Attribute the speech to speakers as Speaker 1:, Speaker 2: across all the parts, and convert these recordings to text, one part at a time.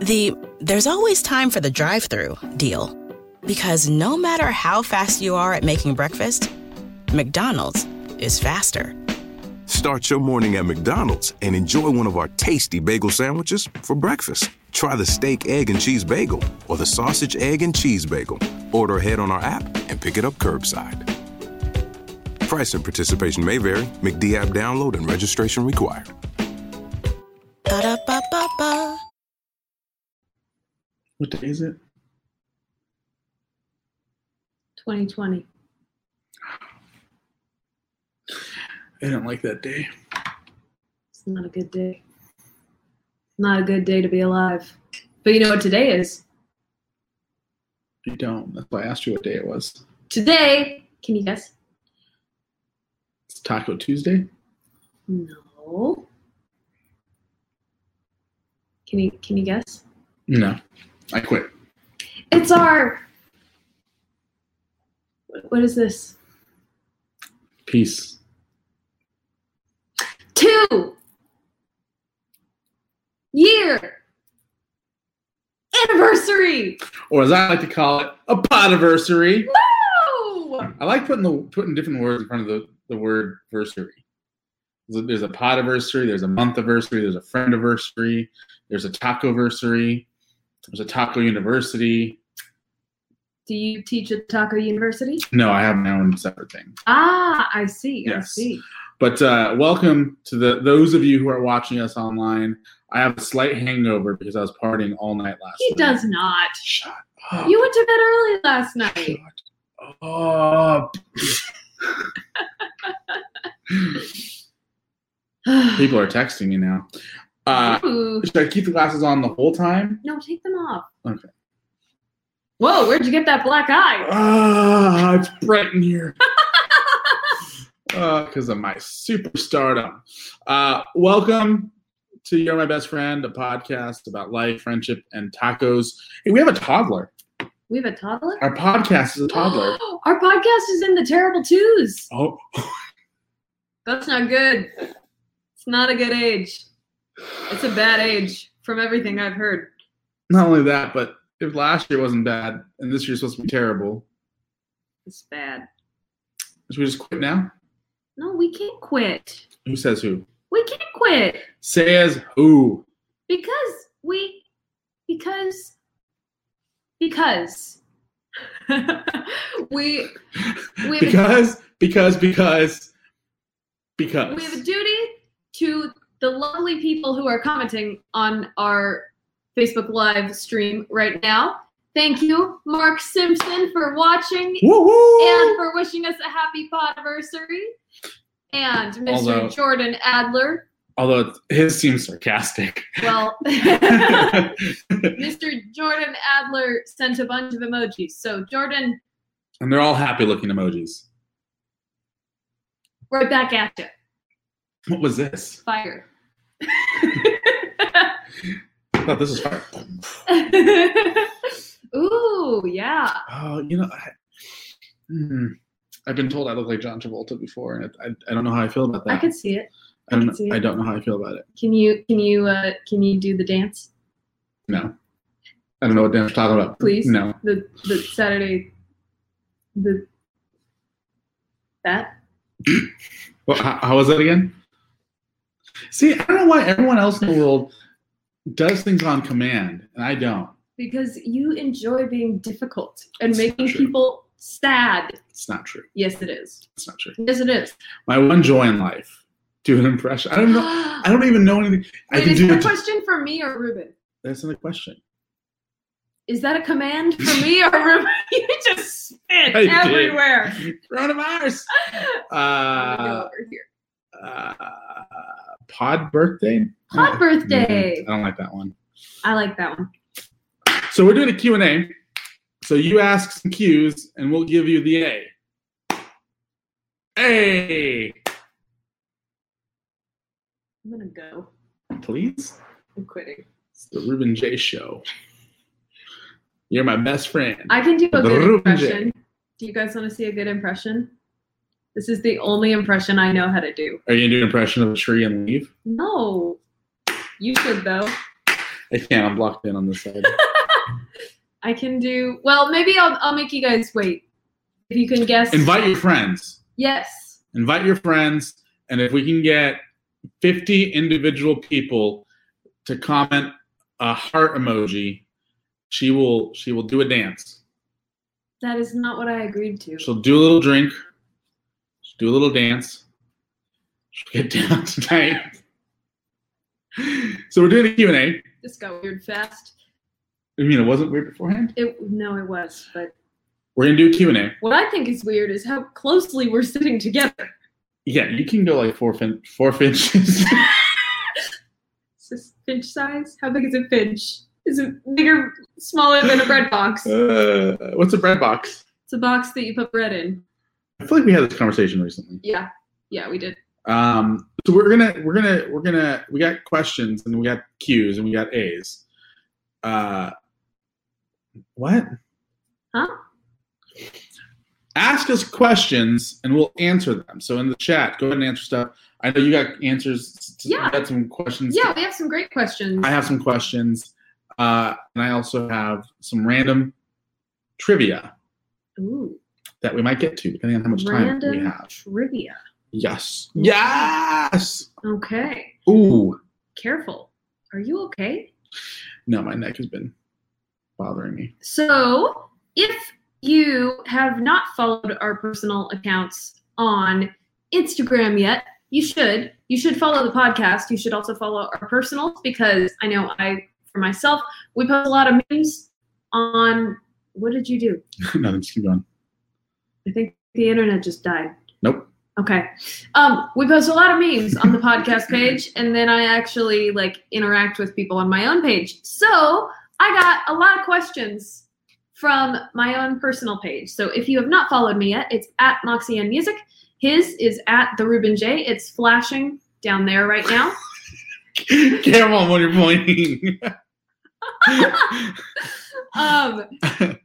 Speaker 1: The there's always time for the drive through deal. Because no matter how fast you are at making breakfast, McDonald's is faster.
Speaker 2: Start your morning at McDonald's and enjoy one of our tasty bagel sandwiches for breakfast. Try the steak, egg, and cheese bagel or the sausage, egg, and cheese bagel. Order ahead on our app and pick it up curbside. Price and participation may vary. McD app download and registration required.
Speaker 1: Ba-da-ba-ba-ba.
Speaker 3: What day is it?
Speaker 4: 2020.
Speaker 3: I didn't like that day.
Speaker 4: It's not a good day. Not a good day to be alive. But you know what today is?
Speaker 3: I don't. That's why I asked you what day it was.
Speaker 4: Today, can you guess?
Speaker 3: It's Taco Tuesday.
Speaker 4: No. Can you can you guess?
Speaker 3: No, I quit.
Speaker 4: It's our what- what is this?
Speaker 3: Peace.
Speaker 4: Two year anniversary.
Speaker 3: Or as I like to call it, a podiversary.
Speaker 4: No!
Speaker 3: I like putting the putting different words in front of the, the word versary. So There's a podiversary, there's a month anniversary, there's a friend anniversary, there's a taco anniversary, there's a taco university.
Speaker 4: Do you teach at Taco University?
Speaker 3: No, I have my own separate thing.
Speaker 4: Ah, I see. I
Speaker 3: Yes.
Speaker 4: see.
Speaker 3: But uh, welcome to the those of you who are watching us online. I have a slight hangover because I was partying all night last
Speaker 4: He
Speaker 3: night. Oh
Speaker 4: does not.
Speaker 3: Shut up.
Speaker 4: You went to bed early last
Speaker 3: Shut
Speaker 4: night.
Speaker 3: up. People are texting me now. Uh,
Speaker 4: Ooh.
Speaker 3: should I keep the glasses on the whole time?
Speaker 4: No, take them off.
Speaker 3: Okay.
Speaker 4: Whoa, where'd you get that black eye?
Speaker 3: Ah, it's bright in here. Because of my superstardom. Uh, welcome to You're My Best Friend, a podcast about life, friendship, and tacos. Hey, we have a toddler.
Speaker 4: We have a toddler?
Speaker 3: Our podcast is a toddler.
Speaker 4: Our podcast is in the terrible twos.
Speaker 3: oh,
Speaker 4: That's not good. It's not a good age. It's a bad age from everything I've heard.
Speaker 3: not only that, but if last year wasn't bad and this year's supposed to be terrible,
Speaker 4: It's bad.
Speaker 3: should we just quit now?
Speaker 4: No, we can't quit.
Speaker 3: Who says who?
Speaker 4: We can't quit
Speaker 3: Says who?
Speaker 4: because we, because, because we We-
Speaker 3: because, because, because, because.
Speaker 4: We have a duty to the lovely people who are commenting on our Facebook live stream right now. Thank you, Mark Simpson, for watching and
Speaker 3: Woo-hoo!
Speaker 4: for wishing us a happy podversary. And Mr.
Speaker 3: Although-
Speaker 4: Jordan Adler.
Speaker 3: Although it's- his seems sarcastic.
Speaker 4: Well, Mr.
Speaker 3: and
Speaker 4: Jordan Adler sent a bunch of emojis. So, Jordan,
Speaker 3: they're all happy looking emojis.
Speaker 4: right back at you.
Speaker 3: What was this?
Speaker 4: Fire.
Speaker 3: I thought this was fire.
Speaker 4: Ooh, yeah.
Speaker 3: Oh, you know, I, hmm. I've been told I look like John Travolta before, and I, I, I don't know how I feel about that.
Speaker 4: I could see it.
Speaker 3: I don't
Speaker 4: I
Speaker 3: know,
Speaker 4: could see it.
Speaker 3: I don't know how I feel about it.
Speaker 4: Can you can you uh can you do the dance,
Speaker 3: No. I don't know what Dan's talking about.
Speaker 4: please?
Speaker 3: No.
Speaker 4: The the Saturday the that?
Speaker 3: Well, how, how was that again? See, I don't know why everyone else in the world does things on command, and I don't.
Speaker 4: Because you enjoy being difficult and
Speaker 3: It's
Speaker 4: making
Speaker 3: not true.
Speaker 4: people sad.
Speaker 3: It's not true.
Speaker 4: Yes it is.
Speaker 3: It's not true.
Speaker 4: Yes it is.
Speaker 3: My one joy in life, do an impression. I don't know. I don't even know anything. I
Speaker 4: Wait,
Speaker 3: can
Speaker 4: is
Speaker 3: do
Speaker 4: that a
Speaker 3: it.
Speaker 4: question for me or Ruben?
Speaker 3: That's not a question.
Speaker 4: Is that a command for me or Ruben? you just spit
Speaker 3: I did.
Speaker 4: everywhere.
Speaker 3: Coronavirus.
Speaker 4: Let me go
Speaker 3: Uh,
Speaker 4: over here.
Speaker 3: uh, pod birthday.
Speaker 4: Pod
Speaker 3: Oh, mm,
Speaker 4: birthday.
Speaker 3: I don't like that one.
Speaker 4: I like that one.
Speaker 3: So we're doing a Q and A. So you ask some Qs, and we'll give you the A. A,
Speaker 4: I'm gonna go.
Speaker 3: please.
Speaker 4: I'm quitting.
Speaker 3: It's the Ruben J Show. You're my best friend.
Speaker 4: I can do a good
Speaker 3: Ruben
Speaker 4: impression. Do you guys want to see a good impression? This is the only impression I know how to do.
Speaker 3: Are you gonna do an impression of a tree and leave?
Speaker 4: No. You should, though.
Speaker 3: I can't. I'm blocked in on this side.
Speaker 4: I can do well. Maybe I'll I'll make you guys wait. If you can guess.
Speaker 3: Invite your friends.
Speaker 4: Yes.
Speaker 3: Invite your friends, and if we can get 50 individual people to comment a heart emoji, she will she will do a dance.
Speaker 4: That is not what I agreed to.
Speaker 3: She'll do a little drink. She'll do a little dance. She'll get down tonight. so we're doing a Q&A.
Speaker 4: This got weird fast.
Speaker 3: I mean, it wasn't weird beforehand.
Speaker 4: It no, it was, but
Speaker 3: We're gonna do a Q&A.
Speaker 4: what I think is weird is how closely we're sitting together.
Speaker 3: Yeah, you can go like four fin- four inches.
Speaker 4: Is this finch size? How big is a finch? Is it bigger, smaller than a bread box?
Speaker 3: uh, what's a bread box?
Speaker 4: It's a box that you put bread in.
Speaker 3: I feel like we had this conversation recently.
Speaker 4: Yeah, yeah, we did.
Speaker 3: Um, so we're gonna we're gonna we're gonna we got questions and we got Q's and we got A's. Uh, what?
Speaker 4: Huh?
Speaker 3: Ask us questions and we'll answer them. So in the chat, go ahead and answer stuff. I know you got answers. To,
Speaker 4: Yeah.
Speaker 3: You got some questions.
Speaker 4: Yeah, we have some great questions.
Speaker 3: I have some questions, uh, and I also have some random trivia
Speaker 4: Ooh,
Speaker 3: that we might get to depending on how much time we
Speaker 4: random
Speaker 3: have.
Speaker 4: trivia.
Speaker 3: Yes. Yes.
Speaker 4: Okay,
Speaker 3: Ooh.
Speaker 4: careful. Are you okay?
Speaker 3: No, my neck has been bothering me.
Speaker 4: So, if you have not followed our personal accounts on Instagram yet, you should. You should follow the podcast. You should also follow our personals because I know I, for myself, we post a lot of memes on. What did you do?
Speaker 3: no, just keep going.
Speaker 4: I think the internet just died.
Speaker 3: Nope.
Speaker 4: Okay. Um, we post a lot of memes on the podcast page, and then I actually like interact with people on my own page. So I got a lot of questions from my own personal page. So if you have not followed me yet, it's at Moxie and Music. His is at the Ruben J. It's flashing down there right now.
Speaker 3: Careful when you're pointing.
Speaker 4: Um,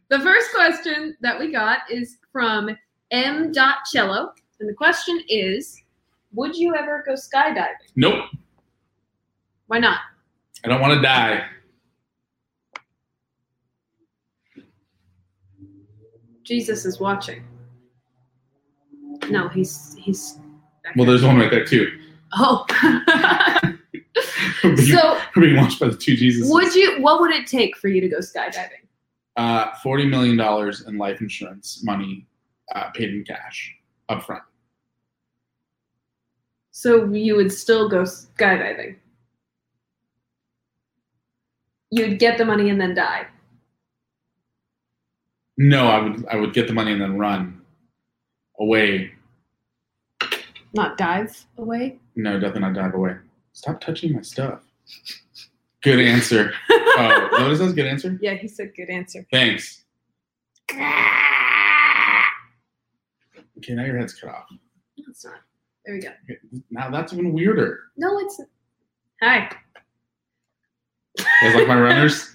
Speaker 4: the first question that we got is from M. Cello, and the question is, would you ever go skydiving?
Speaker 3: nope.
Speaker 4: Why not?
Speaker 3: I don't want to die.
Speaker 4: Jesus is watching. No, he's he's. back
Speaker 3: Well,
Speaker 4: there.
Speaker 3: there's one right there too.
Speaker 4: Oh.
Speaker 3: We're being-
Speaker 4: so,
Speaker 3: we're being watched by the two Jesus.
Speaker 4: would you? What would it take for you to go skydiving?
Speaker 3: Uh, Forty million dollars in life insurance money, uh, paid in cash up front.
Speaker 4: So you would still go skydiving. You'd get the money and then die.
Speaker 3: No, I would I would get the money and then run away.
Speaker 4: Not dive away.
Speaker 3: No, definitely not dive away. Stop touching my stuff. Good answer. oh, is that what it says? Good answer.
Speaker 4: Yeah, he said good answer.
Speaker 3: Thanks. Okay, now your head's cut off.
Speaker 4: No, it's not. There we go.
Speaker 3: Now that's even weirder.
Speaker 4: No, it's. Hi.
Speaker 3: It's like my runners.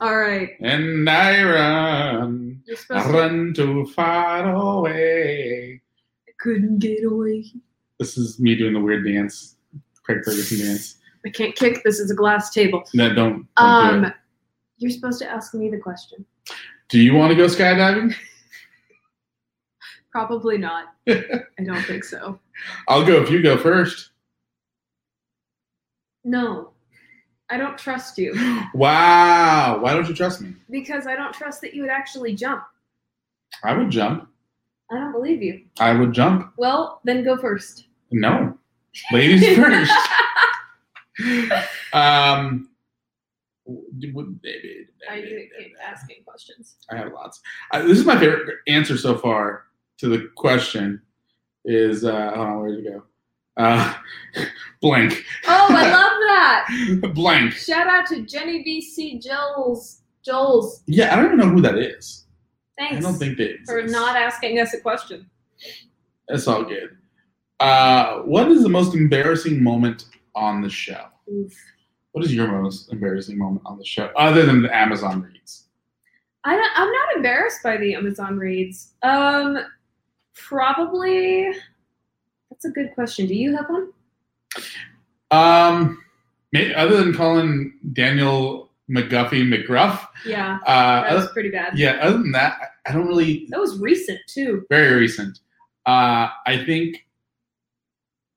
Speaker 4: All right.
Speaker 3: And I run,
Speaker 4: You're supposed
Speaker 3: I
Speaker 4: to.
Speaker 3: run too far away.
Speaker 4: Couldn't get away.
Speaker 3: This is me doing the weird dance, Craig Ferguson dance.
Speaker 4: I can't kick. This is a glass table.
Speaker 3: No, don't. don't do, it.
Speaker 4: Um, you're supposed to ask me the question.
Speaker 3: do you want to go skydiving?
Speaker 4: Probably not. I don't think so.
Speaker 3: I'll go if you go first.
Speaker 4: No, I don't trust you
Speaker 3: Wow. Why don't you trust me?
Speaker 4: because I don't trust that you would actually jump.
Speaker 3: I would jump.
Speaker 4: I don't believe you.
Speaker 3: I would jump.
Speaker 4: Well, then go first.
Speaker 3: No. Ladies first. um,
Speaker 4: Are you keep asking questions?
Speaker 3: I have lots. Uh, this is my favorite answer so far to the question. Is uh, hold on, where did it go? Uh, blank,
Speaker 4: Oh, I love that!
Speaker 3: blank.
Speaker 4: Shout out to Jenny BC Joels. Joels,
Speaker 3: Yeah, I don't even know who that is.
Speaker 4: thanks
Speaker 3: I don't think they exist.
Speaker 4: for not asking us a question.
Speaker 3: That's all good. Uh, what is the most embarrassing moment on the show?
Speaker 4: Oof.
Speaker 3: What is your most embarrassing moment on the show, other than the Amazon reads?
Speaker 4: I don't, I'm not embarrassed by the Amazon reads. Um, probably. That's a good question. Do you have one?
Speaker 3: Um, May- Other than calling Daniel McGuffey McGruff,
Speaker 4: Yeah,
Speaker 3: uh,
Speaker 4: that
Speaker 3: other-
Speaker 4: was pretty bad.
Speaker 3: yeah. Other than that, I- I don't really
Speaker 4: That was recent too.
Speaker 3: very recent. Uh, I think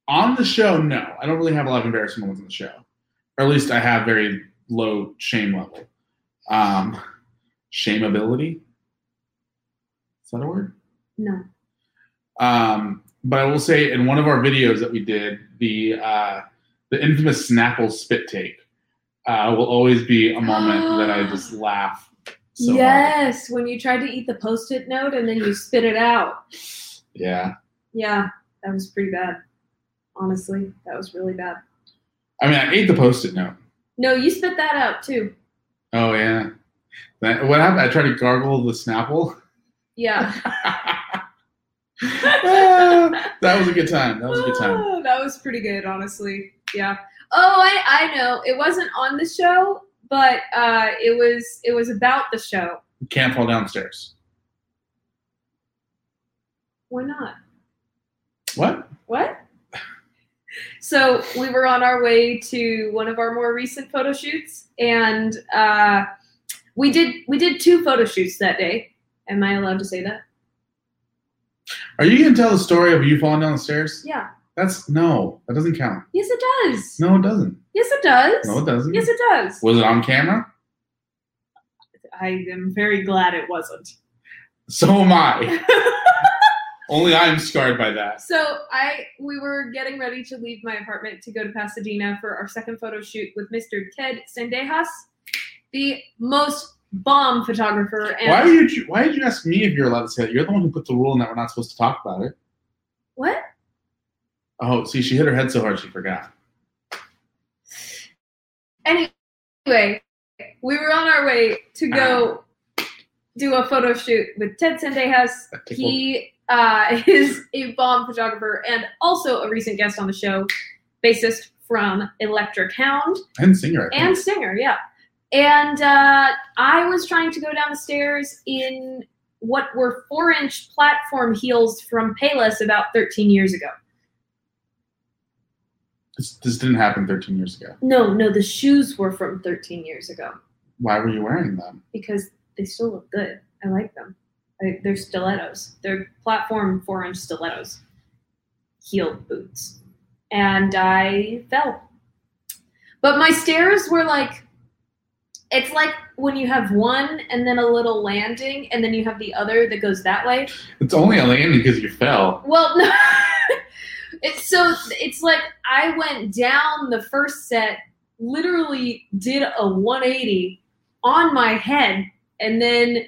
Speaker 3: on the show, no, I don't really have a lot of embarrassing moments on the show, or at least I have very low shame level. Um, shameability is that a word?
Speaker 4: No.
Speaker 3: Um, but I will say in one of our videos that we did, the uh, the infamous Snapple spit take uh, will always be a moment that I just laugh. So hard.
Speaker 4: yes, when you tried to eat the post-it note and then you spit it out.
Speaker 3: yeah.
Speaker 4: Yeah, that was pretty bad. Honestly, that was really bad.
Speaker 3: I mean, I ate the post-it note.
Speaker 4: No, you spit that out too.
Speaker 3: Oh yeah. That, what happened? I tried to gargle the Snapple.
Speaker 4: Yeah.
Speaker 3: Ah, that was a good time. That was a good time.
Speaker 4: Oh, that was pretty good, honestly. Yeah. Oh, I, I know. It wasn't on the show, but uh, it was it was about the show.
Speaker 3: Can't fall downstairs.
Speaker 4: Why not?
Speaker 3: What?
Speaker 4: What? So we were on our way to one of our more recent photo shoots, and uh, we did we did two photo shoots that day. Am I allowed to say that?
Speaker 3: Are you gonna tell the story of you falling down the stairs?
Speaker 4: Yeah.
Speaker 3: That's no. That doesn't count.
Speaker 4: Yes, it does.
Speaker 3: No, it doesn't.
Speaker 4: Yes, it does.
Speaker 3: No, it doesn't.
Speaker 4: yes, it does.
Speaker 3: Was it on camera?
Speaker 4: I am very glad it wasn't.
Speaker 3: So am I. Only I'm scarred by that.
Speaker 4: So I we were getting ready to leave my apartment to go to Pasadena for our second photo shoot with Mr. Ted Sendejas, the most bomb photographer. And
Speaker 3: Why are you? Why did you ask me if you're allowed to say that? You're the one who put the rule in that we're not supposed to talk about it.
Speaker 4: what?
Speaker 3: Oh, see, she hit her head so hard she forgot.
Speaker 4: Anyway, we were on our way to go
Speaker 3: Ah.
Speaker 4: do a photo shoot with Ted Sendejas. He uh, is a bomb photographer and also a recent guest on the show, bassist from Electric Hound.
Speaker 3: And singer. I think.
Speaker 4: and singer, yeah. And uh, I was trying to go down the stairs in what were four inch platform heels from Payless about 13 years ago.
Speaker 3: This, this didn't happen 13 years ago.
Speaker 4: No, no, the shoes were from 13 years ago
Speaker 3: Why were you wearing them?
Speaker 4: because they still look good. I like them. I, they're stilettos, they're platform four inch stilettos, heel boots. And I fell. But my stairs were like it's like when you have one and then a little landing and then you have the other that goes that way
Speaker 3: It's only a landing because you fell.
Speaker 4: well no it's so it's like i went down the first set literally did a 180 on my head and then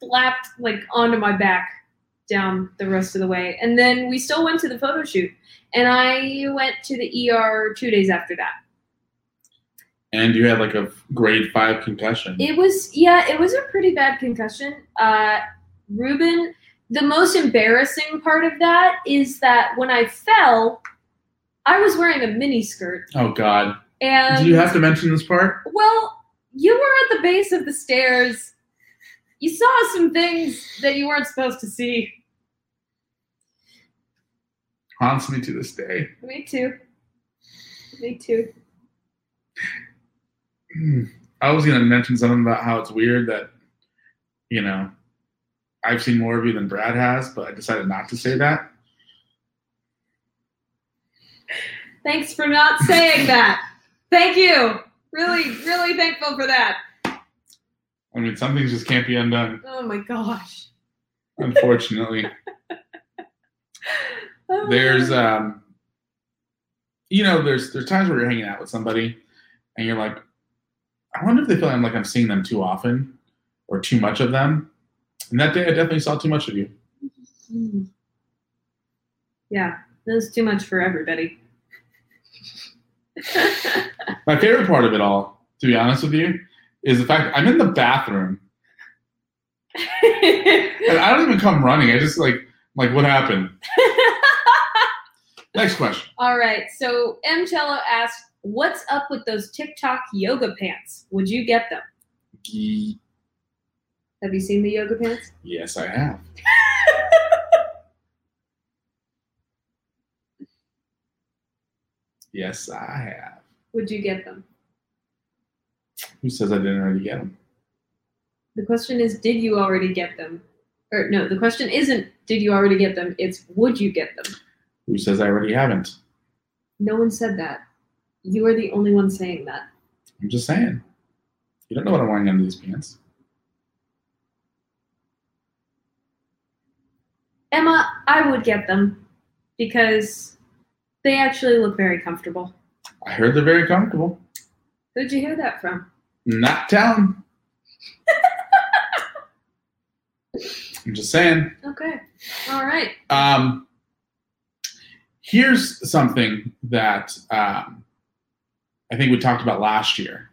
Speaker 4: flapped like onto my back down the rest of the way and then we still went to the photo shoot and i went to the er two days after that
Speaker 3: And you had like a grade five concussion.
Speaker 4: It was yeah, it was a pretty bad concussion. Uh, Ruben, the most embarrassing part of that is that when I fell, I was wearing a mini skirt,
Speaker 3: oh, God.
Speaker 4: and
Speaker 3: Do you have to mention this part?
Speaker 4: well, you were at the base of the stairs. You saw some things that you weren't supposed to see.
Speaker 3: Haunts me to this day.
Speaker 4: Me too. Me too.
Speaker 3: Hmm. I was going to mention something about how it's weird that, you know, I've seen more of you than Brad has, but I decided not to say that.
Speaker 4: Thanks for not saying that. Thank you. Really, really thankful for that.
Speaker 3: I mean, some things just can't be undone,
Speaker 4: Oh my gosh.
Speaker 3: unfortunately. there's um you know there's there's times where you're hanging out with somebody and you're like i wonder if they feel i'm like i'm seeing them too often or too much of them and that day i definitely saw too much of you
Speaker 4: Mm. Yeah, that was too much for everybody.
Speaker 3: my favorite part of it all to be honest with you is the fact i'm in the bathroom and i don't even come running i just like like what happened next question
Speaker 4: All right, so M. Cello asked, What's up with those TikTok yoga pants? Would you get them?
Speaker 3: Ye-
Speaker 4: Have you seen the yoga pants?
Speaker 3: yes i have yes i have
Speaker 4: would you get them?
Speaker 3: Who says I didn't already get them?
Speaker 4: The question is, did you already get them? Or no, the question isn't, did you already get them? It's, would you get them?
Speaker 3: Who says I already haven't?
Speaker 4: No one said that. You are the only one saying that.
Speaker 3: I'm just saying. You don't know what I'm wearing under these pants.
Speaker 4: Emma, I would get them because they actually look very comfortable.
Speaker 3: I heard they're very comfortable.
Speaker 4: Who'd you hear that from?
Speaker 3: Not town. I'm just saying.
Speaker 4: Okay. All right.
Speaker 3: Um, here's something that um, I think we talked about last year,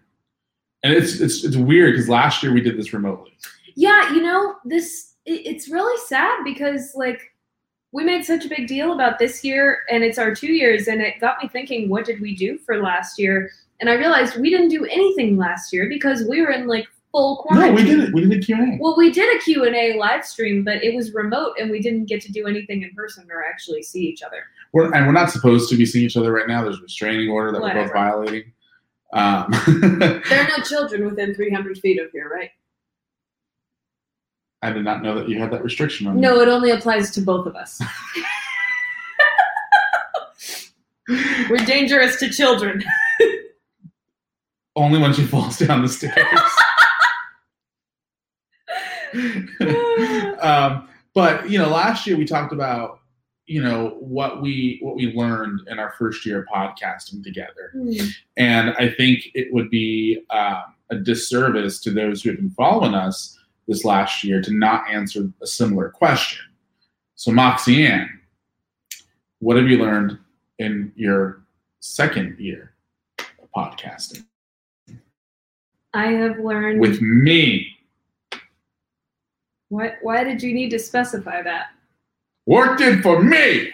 Speaker 3: and it's it's, it's weird because last year we did this remotely.
Speaker 4: Yeah, you know, this it, it's really sad because like we made such a big deal about this year and it's our 2 years and it got me thinking what did we do for last year? And I realized we didn't do anything last year because we were in like full
Speaker 3: No,
Speaker 4: quarantine.
Speaker 3: we did it. We did a Q and A.
Speaker 4: Well, we did a Q&A live stream, but it was remote and we didn't get to do anything in person or actually see each other.
Speaker 3: We're, and we're not supposed to be seeing each other right now. There's a restraining order that we're both
Speaker 4: Whatever.
Speaker 3: violating. Um,
Speaker 4: There are no children within 300 feet of here, right?
Speaker 3: I did not know that you had that restriction on.
Speaker 4: No, it only applies to both of us. We're dangerous to children.
Speaker 3: Only when she falls down the stairs. um, but you know, last year we talked about you know what we what we learned in our first year of podcasting together, and I think it would be um, a disservice to those who have been following us this last year to not answer a similar question. So, Moxie Ann, what have you learned in your second year of podcasting?
Speaker 4: I have learned.
Speaker 3: with me.
Speaker 4: what? Why did you need to specify that?
Speaker 3: Worked it for me.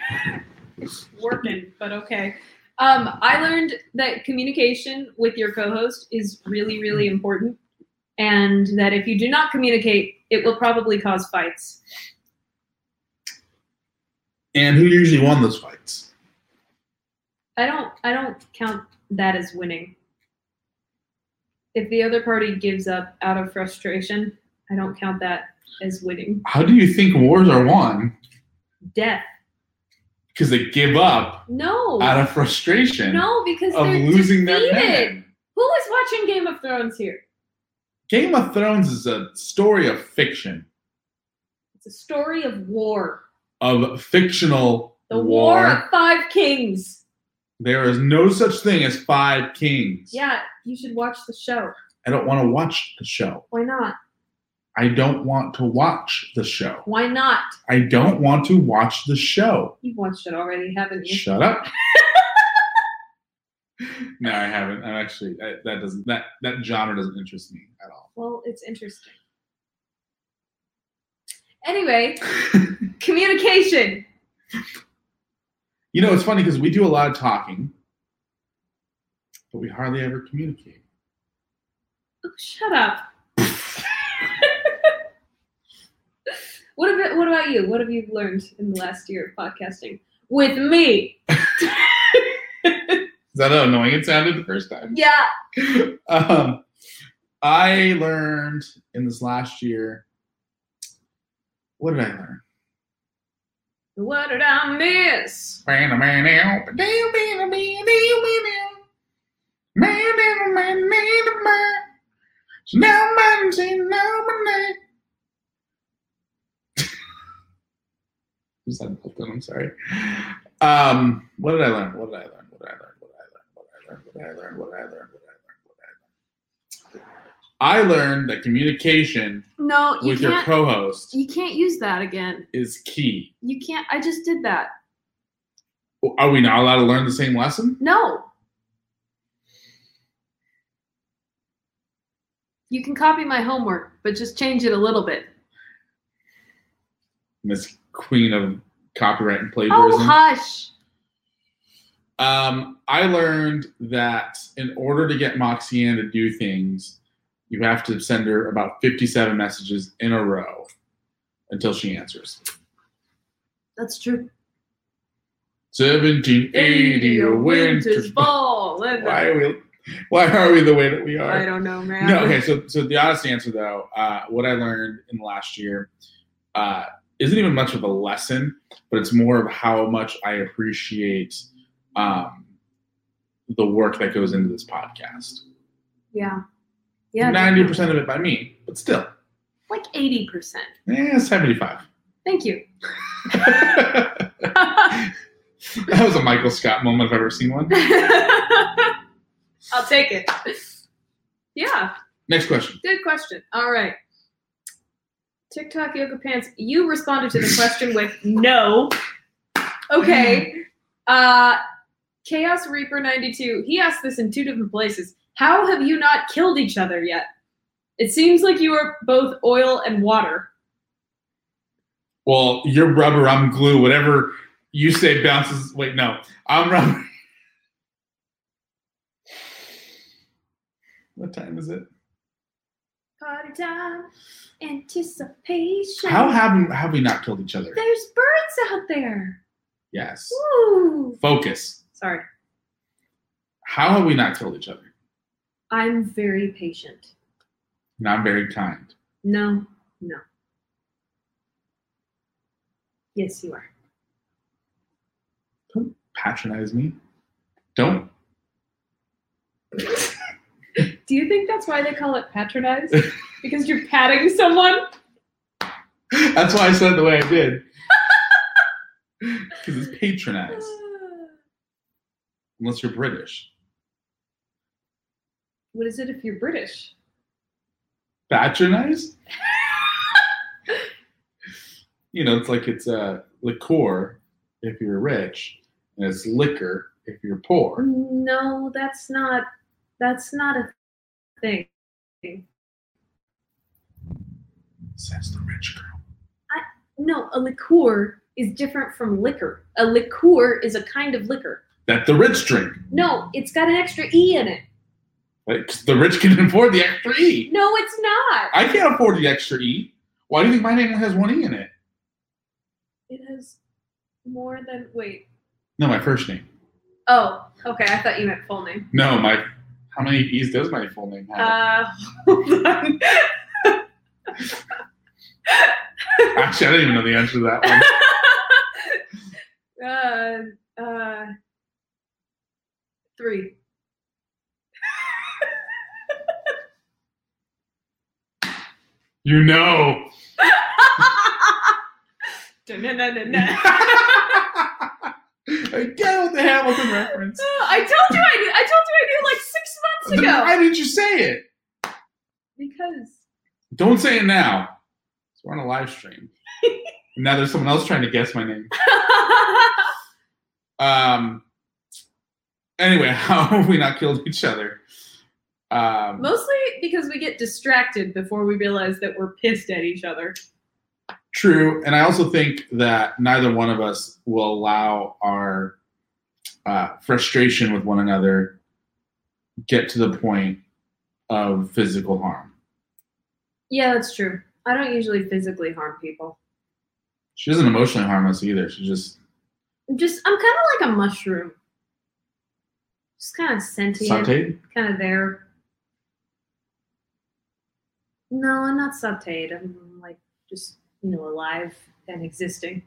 Speaker 4: Working, but okay. Um, I learned that communication with your co-host is really, really important, and that if you do not communicate, it will probably cause fights.
Speaker 3: And who usually won those fights?
Speaker 4: I don't I don't count that as winning. If the other party gives up out of frustration, I don't count that as winning.
Speaker 3: How do you think wars are won?
Speaker 4: Death.
Speaker 3: Because they give up
Speaker 4: No.
Speaker 3: out of frustration
Speaker 4: No, because
Speaker 3: of
Speaker 4: they're
Speaker 3: losing
Speaker 4: defeated.
Speaker 3: their men.
Speaker 4: Who is watching Game of Thrones here?
Speaker 3: Game of Thrones is a story of fiction,
Speaker 4: It's a story of war.
Speaker 3: of fictional
Speaker 4: The War, of Five Kings.
Speaker 3: There is no such thing as five kings.
Speaker 4: Yeah, you should watch the show.
Speaker 3: I don't want to watch the show.
Speaker 4: Why not?
Speaker 3: I don't want to watch the show.
Speaker 4: Why not?
Speaker 3: I don't want to watch the show.
Speaker 4: You've watched it already, haven't you?
Speaker 3: Shut up. no, I haven't. I'm actually I, that doesn't that that genre doesn't interest me at all.
Speaker 4: Well, it's interesting. Anyway, communication.
Speaker 3: You know, it's funny because we do a lot of talking, but we hardly ever communicate.
Speaker 4: Oh, shut up. what about what about you? What have you learned in the last year of podcasting with me?
Speaker 3: Is that how annoying it sounded the first time?
Speaker 4: Yeah.
Speaker 3: um, I learned in this last year. What did I learn?
Speaker 4: What did I miss?
Speaker 3: Now I'm sorry. Um, what did I learn? What did I learn? What did I learn? What did I learn? What did I learn? What did I learn? What did I learn? What did I learn? I learned that communication
Speaker 4: No, you
Speaker 3: with your
Speaker 4: can't.
Speaker 3: co-host
Speaker 4: you can't use that again.
Speaker 3: is key.
Speaker 4: You can't. I just did that.
Speaker 3: Are we not allowed to learn the same lesson?
Speaker 4: No. You can copy my homework, but just change it a little bit.
Speaker 3: Miss Queen of Copyright and
Speaker 4: Oh,
Speaker 3: Plagiarism.
Speaker 4: hush.
Speaker 3: Um, I learned that in order to get Moxie Ann to do things, you have to send her about 57 messages in a row until she answers.
Speaker 4: That's true.
Speaker 3: 1780, a winter's
Speaker 4: ball. and the-
Speaker 3: Why are we Why are we the way that we are?
Speaker 4: I don't know, man.
Speaker 3: No, okay. So, so the honest answer, though, uh, what I learned in the last year uh, isn't even much of a lesson, but it's more of how much I appreciate um, the work that goes into this podcast.
Speaker 4: Yeah. Yeah.
Speaker 3: ninety percent of it by me, but still,
Speaker 4: Like 80%.
Speaker 3: yeah, seventy-five.
Speaker 4: Thank you.
Speaker 3: that was a Michael Scott moment if I've ever seen one.
Speaker 4: I'll take it. Yeah.
Speaker 3: Next question.
Speaker 4: Good question. All right. TikTok yoga pants. You responded to the question with no.
Speaker 3: Mm-hmm.
Speaker 4: Okay. Uh, Chaos Reaper ninety two. He asked this in two different places. How have you not killed each other yet? It seems like you are both oil and water.
Speaker 3: Well, you're rubber, I'm glue. Whatever you say bounces. Wait, no, I'm rubber. What time is it?
Speaker 4: Party time, anticipation.
Speaker 3: How have have we not killed each other?
Speaker 4: There's birds out there.
Speaker 3: Yes.
Speaker 4: Woo!
Speaker 3: Focus.
Speaker 4: Sorry,
Speaker 3: How have we not killed each other?
Speaker 4: I'm very patient.
Speaker 3: And I'm very kind.
Speaker 4: No, no. Yes, you are.
Speaker 3: Don't patronize me. Don't.
Speaker 4: Do you think that's why they call it patronize? because you're patting someone?
Speaker 3: That's why I said it the way I did. Because it's patronized. Unless you're British.
Speaker 4: What is it if you're British?
Speaker 3: Patronize? you know, it's like it's uh, liqueur if you're rich, and it's liquor if you're poor.
Speaker 4: No, that's not. That's not a thing.
Speaker 3: Says the rich girl.
Speaker 4: No, a liqueur is different from liquor. A liqueur is a kind of liquor.
Speaker 3: That the rich drink.
Speaker 4: No, it's got an extra e in it.
Speaker 3: Like, 'cause the rich can afford the extra E.
Speaker 4: No, it's not.
Speaker 3: I can't afford the extra E. Why do you think my name has one E in it?
Speaker 4: It has more than wait.
Speaker 3: No, my first name.
Speaker 4: Oh, okay. I thought you meant full name.
Speaker 3: No, my. How many E's does my full name have?
Speaker 4: Uh, hold on.
Speaker 3: Actually, I don't even know the answer to that one.
Speaker 4: uh, uh, three.
Speaker 3: You know.
Speaker 4: Da-na-na-na-na.
Speaker 3: Again with the Hamilton reference.
Speaker 4: I told you I knew. I told you I knew like six months
Speaker 3: Then
Speaker 4: ago.
Speaker 3: Why didn't you say it?
Speaker 4: Because
Speaker 3: Don't say it now. 'cause We're on a live stream. And now there's someone else trying to guess my name. Um. Anyway, how have we not killed each other? Um,
Speaker 4: mostly because we get distracted before we realize that we're pissed at each other.
Speaker 3: True, and I also think that neither one of us will allow our uh, frustration with one another get to the point of physical harm.
Speaker 4: Yeah, that's true. I don't usually physically harm people.
Speaker 3: She doesn't emotionally harm us either. She just
Speaker 4: I'm just I'm kind of like a mushroom. Just kind of sentient.
Speaker 3: sauteed.
Speaker 4: kind of there. No, I'm not sauteed. I'm like just you know alive and existing.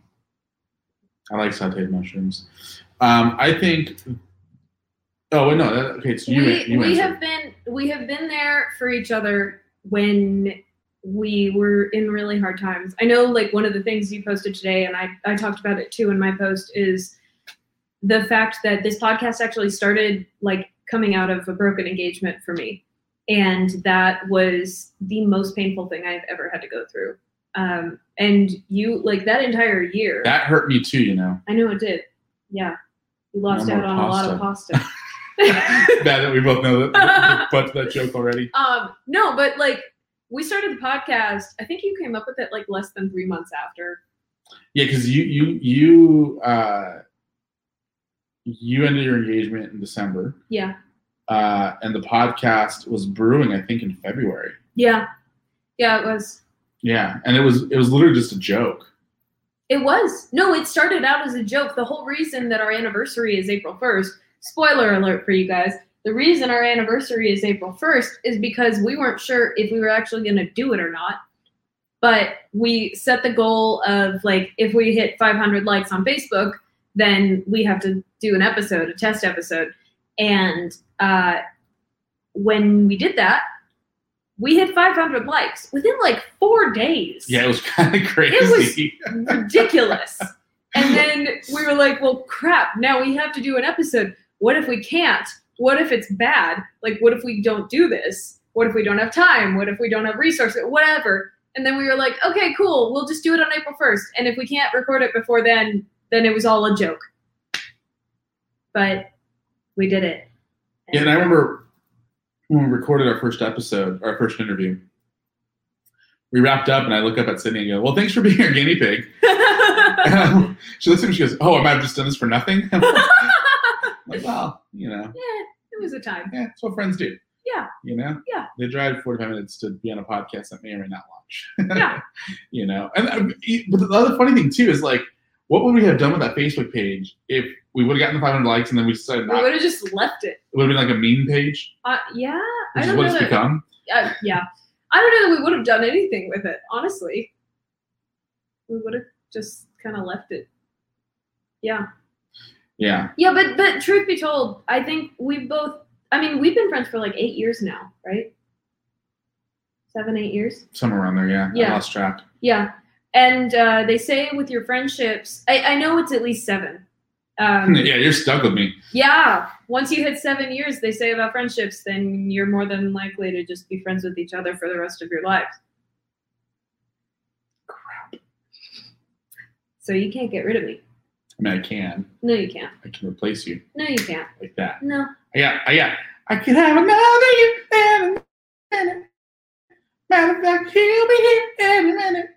Speaker 3: I like sauteed mushrooms. Um, I think. Oh wait, no. That, okay, it's you.
Speaker 4: we
Speaker 3: you
Speaker 4: we
Speaker 3: answer.
Speaker 4: have been we have been there for each other when we were in really hard times. I know like one of the things you posted today, and I I talked about it too in my post is the fact that this podcast actually started like coming out of a broken engagement for me. And that was the most painful thing I've ever had to go through. Um, and you, like that entire year,
Speaker 3: that hurt me too. You know
Speaker 4: I know it did. Yeah. You lost
Speaker 3: No
Speaker 4: out
Speaker 3: more
Speaker 4: on a lot of pasta.
Speaker 3: that that we both know that. but that joke already.
Speaker 4: Um, no, but like we started the podcast. I think you came up with it like less than three months after.
Speaker 3: Yeah, because you you you uh, you ended your engagement in December,
Speaker 4: Yeah.
Speaker 3: uh, and the podcast was brewing. I think in February.
Speaker 4: Yeah. Yeah, it was.
Speaker 3: Yeah, and it was it was literally just a joke.
Speaker 4: It was. No, it started out as a joke. The whole reason that our anniversary is April 1st, spoiler alert for you guys, The reason our anniversary is April 1st is because we weren't sure if we were actually going to do it or not. But we set the goal of like, if we hit 500 likes on Facebook, then we have to do an episode, a test episode. And uh, when we did that, we hit 500 likes within like four days.
Speaker 3: Yeah, it was kind of crazy.
Speaker 4: ridiculous. and then we were like, well, crap, now we have to do an episode. What if we can't? What if it's bad? Like, what if we don't do this? What if we don't have time? What if we don't have resources? Whatever. And then we were like, okay, cool, we'll just do it on April 1st. And if we can't record it before then, then it was all a joke. But we did it.
Speaker 3: Yeah, and I remember when we recorded our first episode, our first interview, we wrapped up, and I look up at Sydney and go, "Well, thanks for being our guinea pig." she looks at me, she goes, "Oh, I might have just done this for nothing." I'm like, well, you know,
Speaker 4: yeah, it was a time.
Speaker 3: yeah, it's what friends do.
Speaker 4: Yeah.
Speaker 3: You know.
Speaker 4: Yeah.
Speaker 3: They drive forty-five minutes to be on a podcast that may or may not launch.
Speaker 4: Yeah.
Speaker 3: you know, and uh, but the other funny thing too is like, what would we have done with that Facebook page if we would have gotten the 500 likes and then we decided
Speaker 4: We
Speaker 3: not?
Speaker 4: would
Speaker 3: It
Speaker 4: have just left it.
Speaker 3: would have been like a meme page,
Speaker 4: Uh, yeah, I
Speaker 3: which is
Speaker 4: don't
Speaker 3: what
Speaker 4: know.
Speaker 3: it's
Speaker 4: That,
Speaker 3: become.
Speaker 4: uh, yeah, I don't know that we would have done anything with it. Honestly, we would have just kind of left it. Yeah,
Speaker 3: Yeah.
Speaker 4: yeah, but but truth be told, I think we both. I mean, we've been friends for like eight years now, right? Seven, eight years.
Speaker 3: Somewhere around there. Yeah. I
Speaker 4: Yeah.
Speaker 3: lost track.
Speaker 4: Yeah. And uh, they say with your friendships, I, I know it's at least seven. Um,
Speaker 3: Hmm, yeah, you're stuck with me.
Speaker 4: yeah. Once you hit seven years, they say about friendships, then you're more than likely to just be friends with each other for the rest of your life. So you can't get rid of me.
Speaker 3: I mean, I can.
Speaker 4: No, you can't.
Speaker 3: I can replace you
Speaker 4: No, you can't.
Speaker 3: like that.
Speaker 4: No.
Speaker 3: Yeah, yeah. I could have another you and another. Matter of fact, he'll be here any minute,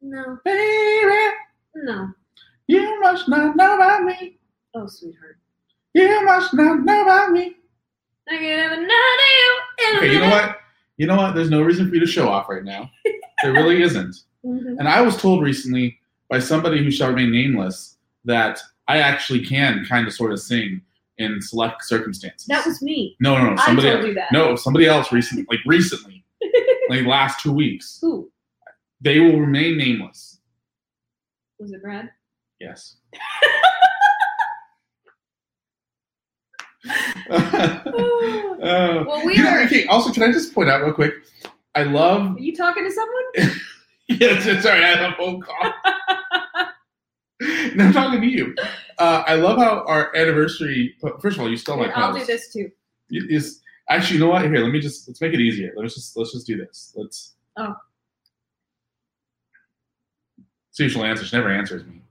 Speaker 4: No.
Speaker 3: baby.
Speaker 4: No.
Speaker 3: You must not know about me.
Speaker 4: Oh, sweetheart.
Speaker 3: You must not know about me.
Speaker 4: I can have another you. in a
Speaker 3: Okay, you know
Speaker 4: minute.
Speaker 3: what? You know what? There's no reason for you to show off right now. There really isn't.
Speaker 4: Mhm.
Speaker 3: And I was told recently by somebody who shall remain nameless that I actually can kind of sort of sing in select circumstances.
Speaker 4: That was me.
Speaker 3: no, no, no.
Speaker 4: I
Speaker 3: Somebody
Speaker 4: told you that.
Speaker 3: No, somebody else recently, like recently, like last two weeks,
Speaker 4: Who?
Speaker 3: they will remain nameless.
Speaker 4: Was it Brad?
Speaker 3: Yes.
Speaker 4: Oh.
Speaker 3: Uh,
Speaker 4: Well, we
Speaker 3: you know,
Speaker 4: are-
Speaker 3: okay, also, can I just point out real quick? I love.
Speaker 4: Are you talking to someone?
Speaker 3: Yes, yes, sorry, I had a phone call. no, I'm talking to you. Uh, I love how our anniversary. First of all, you stole Oh my
Speaker 4: Here, I'll do
Speaker 3: post.
Speaker 4: this too.
Speaker 3: You- Is actually, you know what? Here, let me just let's make it easier. Let's just let's just do this. Let's.
Speaker 4: Oh.
Speaker 3: See if she'll answer. She never answers me.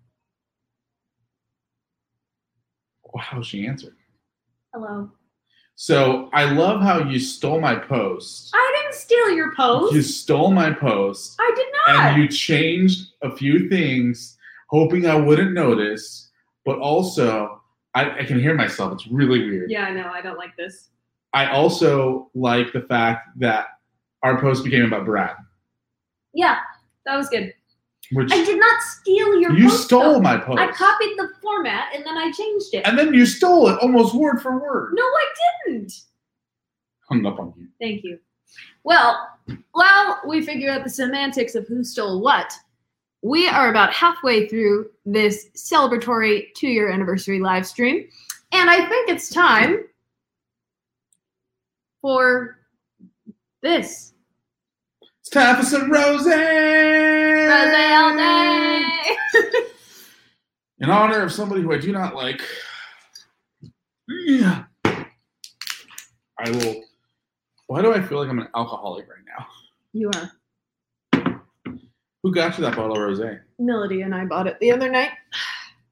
Speaker 3: Wow, she answered.
Speaker 4: Hello.
Speaker 3: So I love how you stole my post.
Speaker 4: I didn't steal your post.
Speaker 3: You stole my post,
Speaker 4: I did not.
Speaker 3: and you changed a few things, hoping I wouldn't notice. But also, I, I can hear myself. It's really weird.
Speaker 4: yeah, I know. I don't like this.
Speaker 3: I also like the fact that our post became about Brad,
Speaker 4: Yeah, that was good.
Speaker 3: which
Speaker 4: I did not steal your
Speaker 3: you
Speaker 4: post.
Speaker 3: stole
Speaker 4: though.
Speaker 3: my post.
Speaker 4: I copied the format and then I changed it.
Speaker 3: and then you stole it almost word for word.
Speaker 4: no, I didn't.
Speaker 3: Hung up on you.
Speaker 4: Thank you. Well, while we figure out the semantics of who stole what, we are about halfway through this celebratory two year anniversary live stream. And I think it's time for this.
Speaker 3: It's time for some rose.
Speaker 4: Rose all day.
Speaker 3: In honor of somebody who I do not like, yeah, I will. Why do I feel like I'm an alcoholic right now?
Speaker 4: You are.
Speaker 3: Who got you that bottle of rosé?
Speaker 4: Melody and I bought it the other night.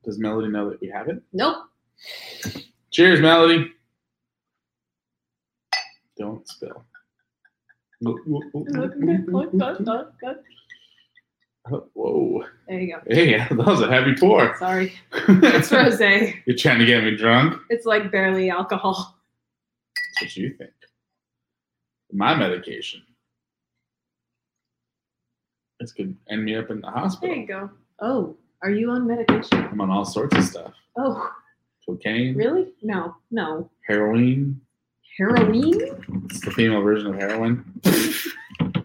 Speaker 3: Does Melody know that we have it?
Speaker 4: Nope.
Speaker 3: Cheers, Melody. Don't spill. Whoa.
Speaker 4: There you go.
Speaker 3: Hey, that was a heavy pour.
Speaker 4: Sorry. It's rose. It's
Speaker 3: You're trying to get me drunk?
Speaker 4: like barely alcohol.
Speaker 3: That's what you think. My medication. It's going to end me up in the
Speaker 4: There
Speaker 3: hospital.
Speaker 4: you go. Oh, are you on medication?
Speaker 3: I'm on all sorts of stuff
Speaker 4: Oh,
Speaker 3: cocaine,
Speaker 4: really? No, no.
Speaker 3: heroin,
Speaker 4: Heroine?
Speaker 3: It's the female version of heroin.
Speaker 4: Put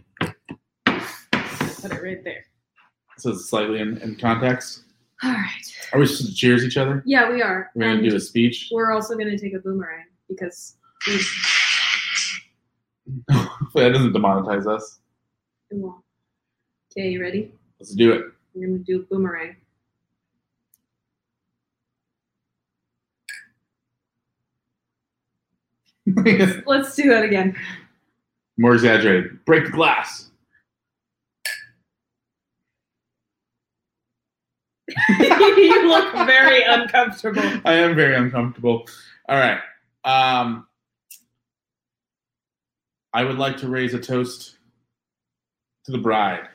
Speaker 4: it right there.
Speaker 3: So it's slightly in, in context.
Speaker 4: All right.
Speaker 3: Are we supposed to cheers each other?
Speaker 4: Yeah, we are.
Speaker 3: We're going
Speaker 4: And
Speaker 3: to do a speech.
Speaker 4: we're also going to take a boomerang because we
Speaker 3: Hopefully that doesn't demonetize us.
Speaker 4: we won't. Okay, you ready?
Speaker 3: Let's do it.
Speaker 4: We're going to do boomerang. Let's do that again.
Speaker 3: More exaggerated. Break the glass.
Speaker 4: you look very uncomfortable.
Speaker 3: I am very uncomfortable. All right. Um, I would like to raise a toast to the bride.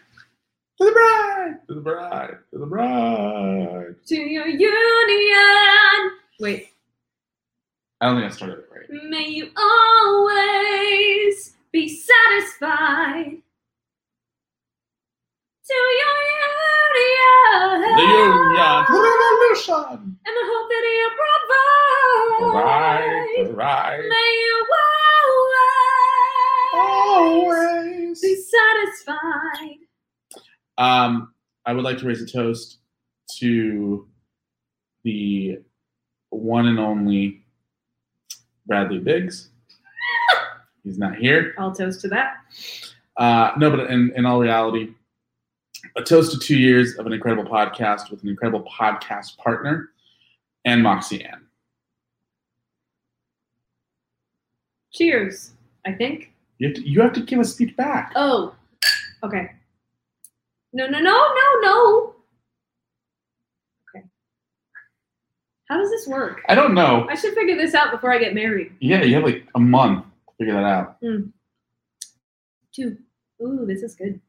Speaker 3: To the bride. To the bride. To the bride.
Speaker 4: To your union. Wait.
Speaker 3: I don't think I started it right.
Speaker 4: May you always be satisfied. To your union.
Speaker 3: The union. Revolution.
Speaker 4: And the hope that you provide.
Speaker 3: Right. Right.
Speaker 4: May you always,
Speaker 3: Always.
Speaker 4: be satisfied.
Speaker 3: Um, I would like to raise a toast to the one and only Bradley Biggs. He's not here.
Speaker 4: I'll toast to that.
Speaker 3: Uh, no, but in, in all reality, a toast to two years of an incredible podcast with an incredible podcast partner and Moxie Ann.
Speaker 4: Cheers, I think.
Speaker 3: You have to, you have to give a speech back.
Speaker 4: Oh, okay. No, no, no, no, no. Okay. How does this work?
Speaker 3: I don't know.
Speaker 4: I should figure this out before I get married.
Speaker 3: Yeah, you have like a month to figure that out.
Speaker 4: Two. Ooh, this is good.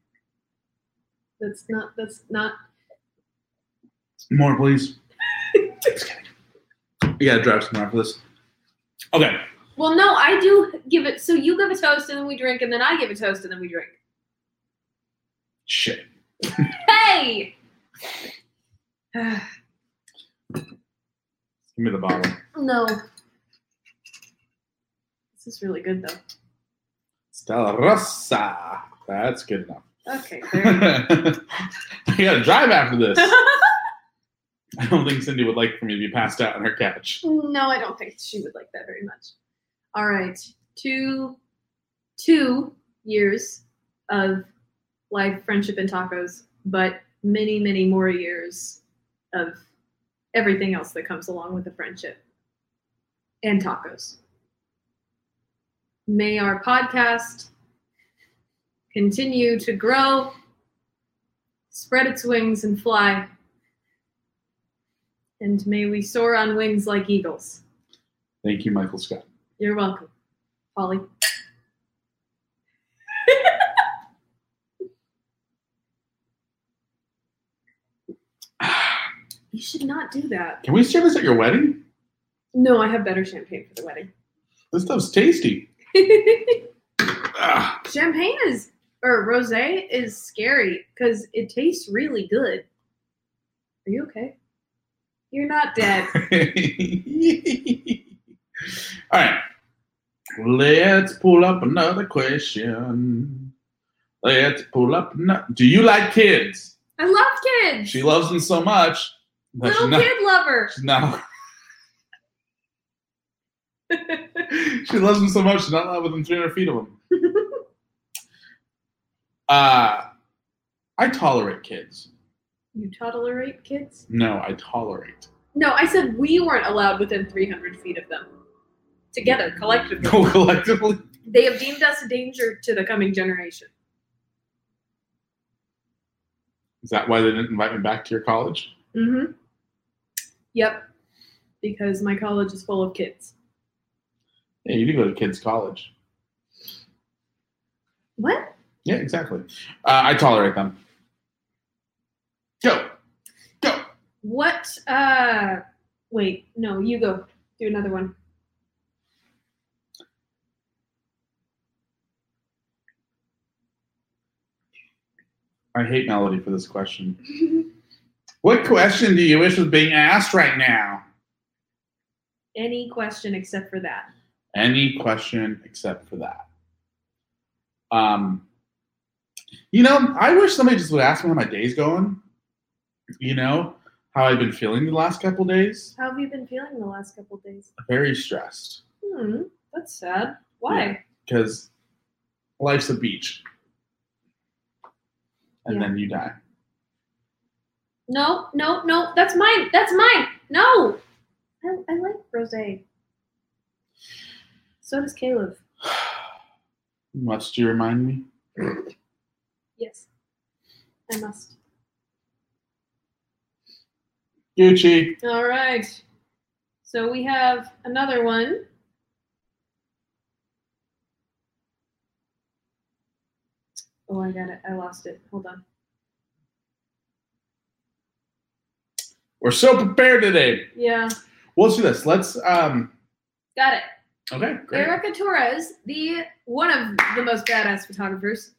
Speaker 4: That's not. That's not.
Speaker 3: More, please. you gotta drive some more after this. Okay.
Speaker 4: Well, no, I do give it. So you give a toast, and then we drink, and then I give a toast, and then we drink.
Speaker 3: Shit.
Speaker 4: Hey.
Speaker 3: Give me the bottle.
Speaker 4: no. This is really good, though.
Speaker 3: Stella Rossa. That's good enough.
Speaker 4: Okay. There.
Speaker 3: I gotta drive after this. I don't think Cindy would like for me to be passed out on her couch.
Speaker 4: No, I don't think she would like that very much. All right, two, two years of life, friendship, and tacos, but many, many more years of everything else that comes along with the friendship and tacos. May our podcast continue to grow, spread its wings, and fly. And may we soar on wings like eagles.
Speaker 3: Thank you, Michael Scott.
Speaker 4: You're welcome, Polly. You should not do that.
Speaker 3: Can we serve this at your wedding?
Speaker 4: No, I have better champagne for the wedding.
Speaker 3: This stuff's tasty. Ah,
Speaker 4: champagne is, or rosé is scary because it tastes really good. Are you okay? You're not dead.
Speaker 3: All right. Let's pull up another question. Let's pull up. No- Do you like kids?
Speaker 4: I love kids.
Speaker 3: She loves them so much. that she's
Speaker 4: Little
Speaker 3: not-
Speaker 4: kid lover.
Speaker 3: she's not- she loves them so much. She's not allowed within 300 feet of them. uh, I tolerate kids.
Speaker 4: you tolerate kids?
Speaker 3: No, I tolerate.
Speaker 4: No, I said we weren't allowed within 300 feet of them. Together, collectively.
Speaker 3: Collectively.
Speaker 4: They have deemed us a danger to the coming generation.
Speaker 3: Is that why they didn't invite me back to your college?
Speaker 4: Mm-hmm. Yep. Because my college is full of kids.
Speaker 3: Yeah, you do go to kids' college.
Speaker 4: What?
Speaker 3: Yeah, exactly. Uh, I tolerate them. Go, go.
Speaker 4: What? Uh, wait. No, you go. Do another one.
Speaker 3: I hate Melody for this question. What question do you wish was being asked right now?
Speaker 4: Any question except for that.
Speaker 3: any question except for that. Um, you know, I wish somebody just would ask me how my day's going. You know, how I've been feeling the last couple days.
Speaker 4: How have you been feeling the last couple of days?
Speaker 3: Very stressed
Speaker 4: Hmm, that's sad. Why?
Speaker 3: Yeah. because life's a beach, and
Speaker 4: Yeah.
Speaker 3: then you die.
Speaker 4: No, no, no. That's mine. That's mine. No. I, I like rosé. So does Caleb.
Speaker 3: Must you remind me?
Speaker 4: Yes. I must.
Speaker 3: Gucci.
Speaker 4: All right. So we have another one. Oh, I got it. I lost it. Hold on.
Speaker 3: We're so prepared today.
Speaker 4: Yeah.
Speaker 3: Well, let's do this. Let's um
Speaker 4: Got it.
Speaker 3: okay, great.
Speaker 4: Erica Torres, the one of the most badass photographers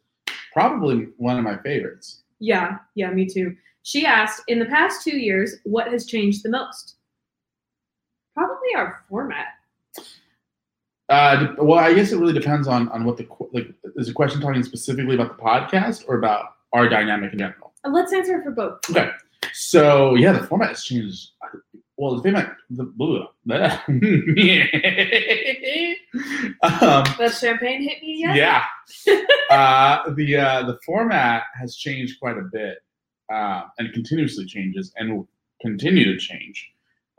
Speaker 3: Probably one of my favorites.
Speaker 4: Yeah, yeah, me too. She asked, in the past two years, what has changed the most? Probably our format.
Speaker 3: Uh, de- well, I guess it really depends on on what the qu- like is the question talking specifically about the podcast or about our dynamic in general.
Speaker 4: Uh, Let's answer it for both.
Speaker 3: Okay, so yeah, the format has changed. Well, the format the blah, blah, blah. um,
Speaker 4: That champagne hit me yet?
Speaker 3: yeah. uh, the uh, the format has changed quite a bit, uh, and continuously changes, and will continue to change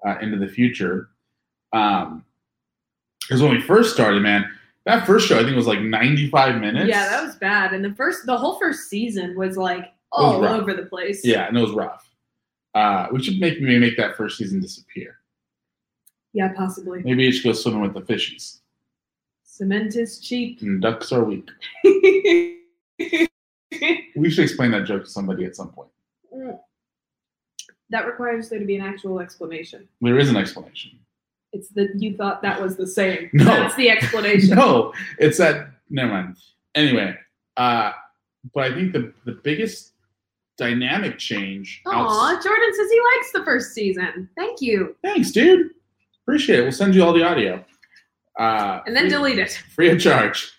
Speaker 3: uh, into the future. Um, because when we first started, man, that first show I think was like ninety five minutes.
Speaker 4: Yeah, that was bad. And the first, the whole first season was like
Speaker 3: was
Speaker 4: all
Speaker 3: rough.
Speaker 4: over the place.
Speaker 3: yeah, and it was rough. Uh, we should make maybe make that first season disappear.
Speaker 4: Yeah, possibly.
Speaker 3: Maybe you should go swimming with the fishies.
Speaker 4: Cement is cheap.
Speaker 3: And ducks are weak. We should explain that joke to somebody at some point.
Speaker 4: that requires there to be an actual explanation.
Speaker 3: There is an explanation.
Speaker 4: It's that you thought that was the saying.
Speaker 3: No.
Speaker 4: That's the explanation.
Speaker 3: No, it's that. Never mind. Anyway, uh, but I think the the biggest dynamic change. outs-
Speaker 4: Aw, Jordan says he likes the first season. Thank you.
Speaker 3: Thanks, dude. Appreciate it. We'll send you all the audio. Uh,
Speaker 4: And then
Speaker 3: free,
Speaker 4: delete it.
Speaker 3: free of charge.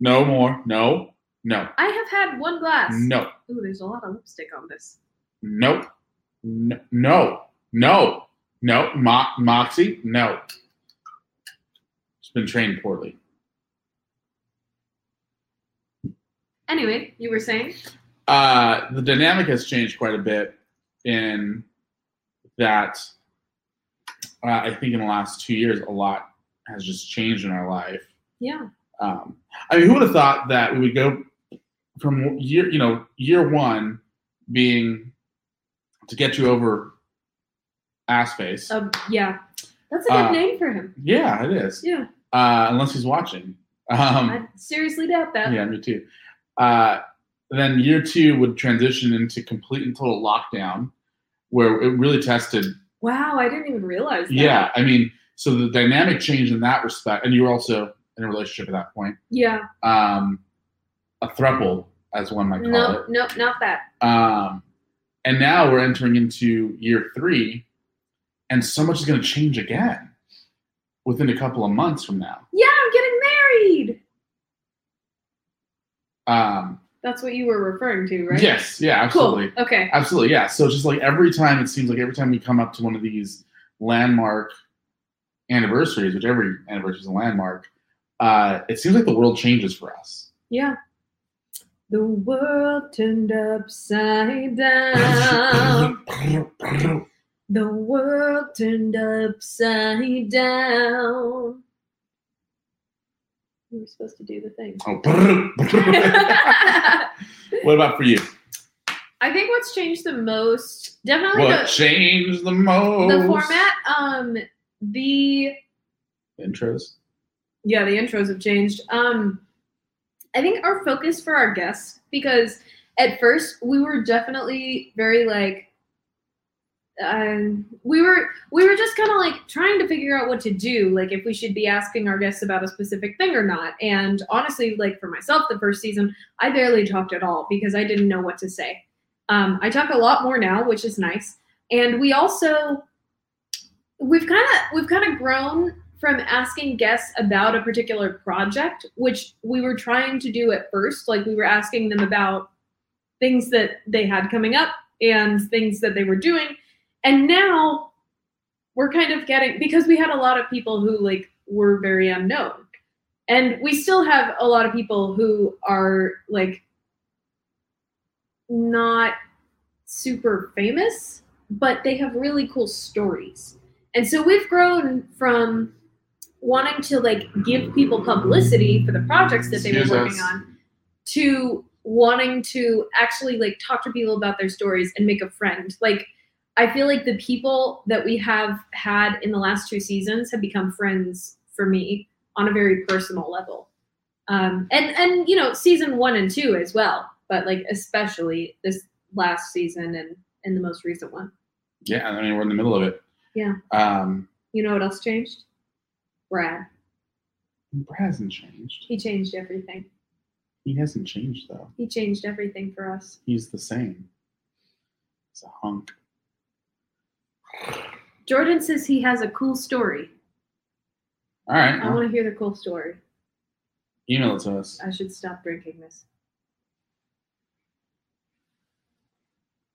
Speaker 3: No more. No. No.
Speaker 4: I have had one glass.
Speaker 3: No.
Speaker 4: Ooh, there's a lot of lipstick on this.
Speaker 3: Nope. No. No. No. No. Mo- Moxie. No. It's been trained poorly.
Speaker 4: Anyway, you were saying?
Speaker 3: uh, the dynamic has changed quite a bit in that uh, I think in the last two years, a lot has just changed in our life.
Speaker 4: Yeah.
Speaker 3: Um, I mean, who would have thought that we would go from year, you know, year one being to get you over ass face?
Speaker 4: Uh, yeah. That's a good
Speaker 3: Uh,
Speaker 4: name for him.
Speaker 3: yeah, it is.
Speaker 4: Yeah.
Speaker 3: Uh, unless he's watching. Um,
Speaker 4: I seriously doubt that.
Speaker 3: yeah, me too. Uh, then year two would transition into complete and total lockdown, where it really tested.
Speaker 4: Wow, I didn't even realize that.
Speaker 3: Yeah, I mean, so the dynamic changed in that respect, and you were also in a relationship at that point,
Speaker 4: Yeah.
Speaker 3: um, a throuple, as one might call
Speaker 4: No, no, not that.
Speaker 3: it. Um, and now we're entering into year three, and so much is going to change again within a couple of months from now.
Speaker 4: Yeah, I'm getting married.
Speaker 3: Um,
Speaker 4: That's what you were referring to, right?
Speaker 3: Yes, yeah,
Speaker 4: Cool.
Speaker 3: absolutely.
Speaker 4: Okay.
Speaker 3: Absolutely, yeah. So it's just like every time it seems like every time we come up to one of these landmark anniversaries, which every anniversary is a landmark, uh, it seems like the world changes for us.
Speaker 4: Yeah. The world turned upside down.
Speaker 3: yeah,
Speaker 4: The world turned upside down. You were supposed to do the thing.
Speaker 3: Oh, what about for you?
Speaker 4: I think what's changed the most, definitely
Speaker 3: What
Speaker 4: the,
Speaker 3: changed the most?
Speaker 4: the format. Um, the
Speaker 3: Intros.
Speaker 4: yeah, the intros have changed. Um, I think our focus for our guests because at first we were definitely very like, um, we were we were just kind of like trying to figure out what to do, like if we should be asking our guests about a specific thing or not. And honestly, like for myself, the first season I barely talked at all because I didn't know what to say. Um, I talk a lot more now, which is nice. And we also we've kind of we've kind of grown from asking guests about a particular project, which we were trying to do at first. Like we were asking them about things that they had coming up and things that they were doing. And now we're kind of getting because we had a lot of people who like were very unknown. And we still have a lot of people who are like not super famous, but they have really cool stories. And so we've grown from wanting to like give people publicity for the projects that they
Speaker 3: Excuse
Speaker 4: were working
Speaker 3: us.
Speaker 4: on to wanting to actually like talk to people about their stories and make a friend. Like I feel like the people that we have had in the last two seasons have become friends for me on a very personal level. Um, and and you know season one and two as well, but like especially this last season and and the most recent one.
Speaker 3: Yeah, I mean we're in the middle of it.
Speaker 4: Yeah.
Speaker 3: Um,
Speaker 4: You know what else changed? Brad.
Speaker 3: Brad hasn't changed.
Speaker 4: He changed everything.
Speaker 3: He hasn't changed though.
Speaker 4: He changed everything for us.
Speaker 3: He's the same. He's a hunk.
Speaker 4: Jordan says he has a cool story.
Speaker 3: All right,
Speaker 4: I
Speaker 3: well,
Speaker 4: want to hear the cool story.
Speaker 3: email it to us.
Speaker 4: I should stop drinking this.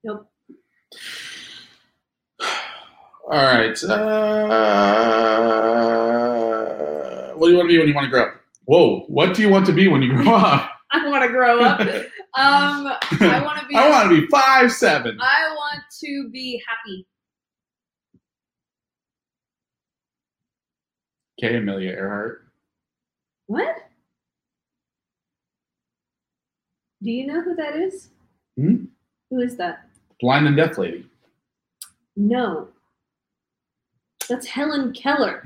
Speaker 4: Nope.
Speaker 3: All right. Uh, what do you want to be when you want to grow up? Whoa! What do you want to be when you grow up?
Speaker 4: I want to grow up. um, I want to be.
Speaker 3: I want to be five seven.
Speaker 4: I want to be happy.
Speaker 3: Okay, Amelia Earhart.
Speaker 4: What? Do you know who that is?
Speaker 3: Hmm?
Speaker 4: Who is that?
Speaker 3: Blind and deaf lady.
Speaker 4: No. That's Helen Keller.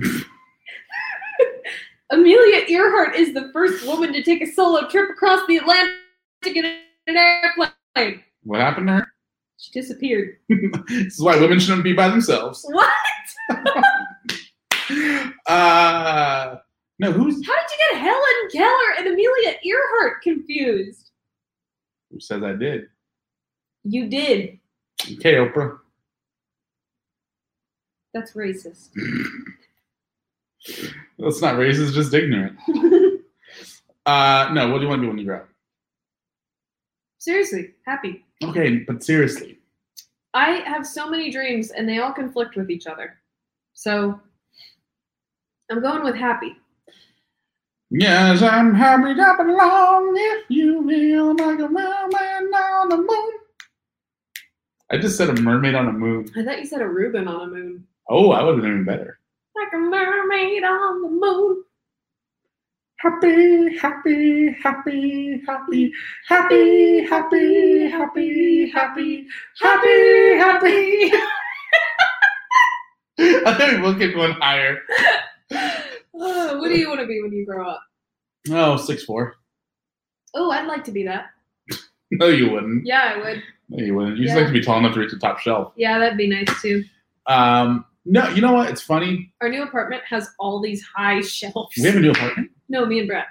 Speaker 4: Amelia Earhart is the first woman to take a solo trip across the Atlantic in an airplane.
Speaker 3: What happened to her?
Speaker 4: She disappeared.
Speaker 3: this is why women shouldn't be by themselves.
Speaker 4: What?
Speaker 3: Uh, no, who's
Speaker 4: How did you get Helen Keller and Amelia Earhart confused?
Speaker 3: who says I did?
Speaker 4: You did.
Speaker 3: Okay, Oprah.
Speaker 4: That's racist.
Speaker 3: That's not racist, just ignorant. Uh, no, what do you want to be when you grow up?
Speaker 4: Seriously, happy.
Speaker 3: Okay, but seriously,
Speaker 4: I have so many dreams and they all conflict with each other. So I'm going with happy.
Speaker 3: Yes, I'm happy to belong if you feel like a mermaid on the moon. I just said a mermaid on a moon.
Speaker 4: I thought you said a Reuben on a moon.
Speaker 3: Oh, I would have been even better.
Speaker 4: Like a mermaid on the moon.
Speaker 3: Happy, happy, happy, happy, happy, happy, happy, happy, happy, happy. I think we'll keep going higher.
Speaker 4: Oh, what do you want to be when you grow up?
Speaker 3: Oh, six four.
Speaker 4: Oh, I'd like to be that.
Speaker 3: No, you wouldn't.
Speaker 4: Yeah, I would.
Speaker 3: No, you wouldn't. You just
Speaker 4: Yeah.
Speaker 3: like to be tall enough to reach the top shelf.
Speaker 4: Yeah, that'd be nice too.
Speaker 3: Um, no, you know what? It's funny.
Speaker 4: Our new apartment has all these high shelves.
Speaker 3: We have a new apartment.
Speaker 4: No, me and Brad.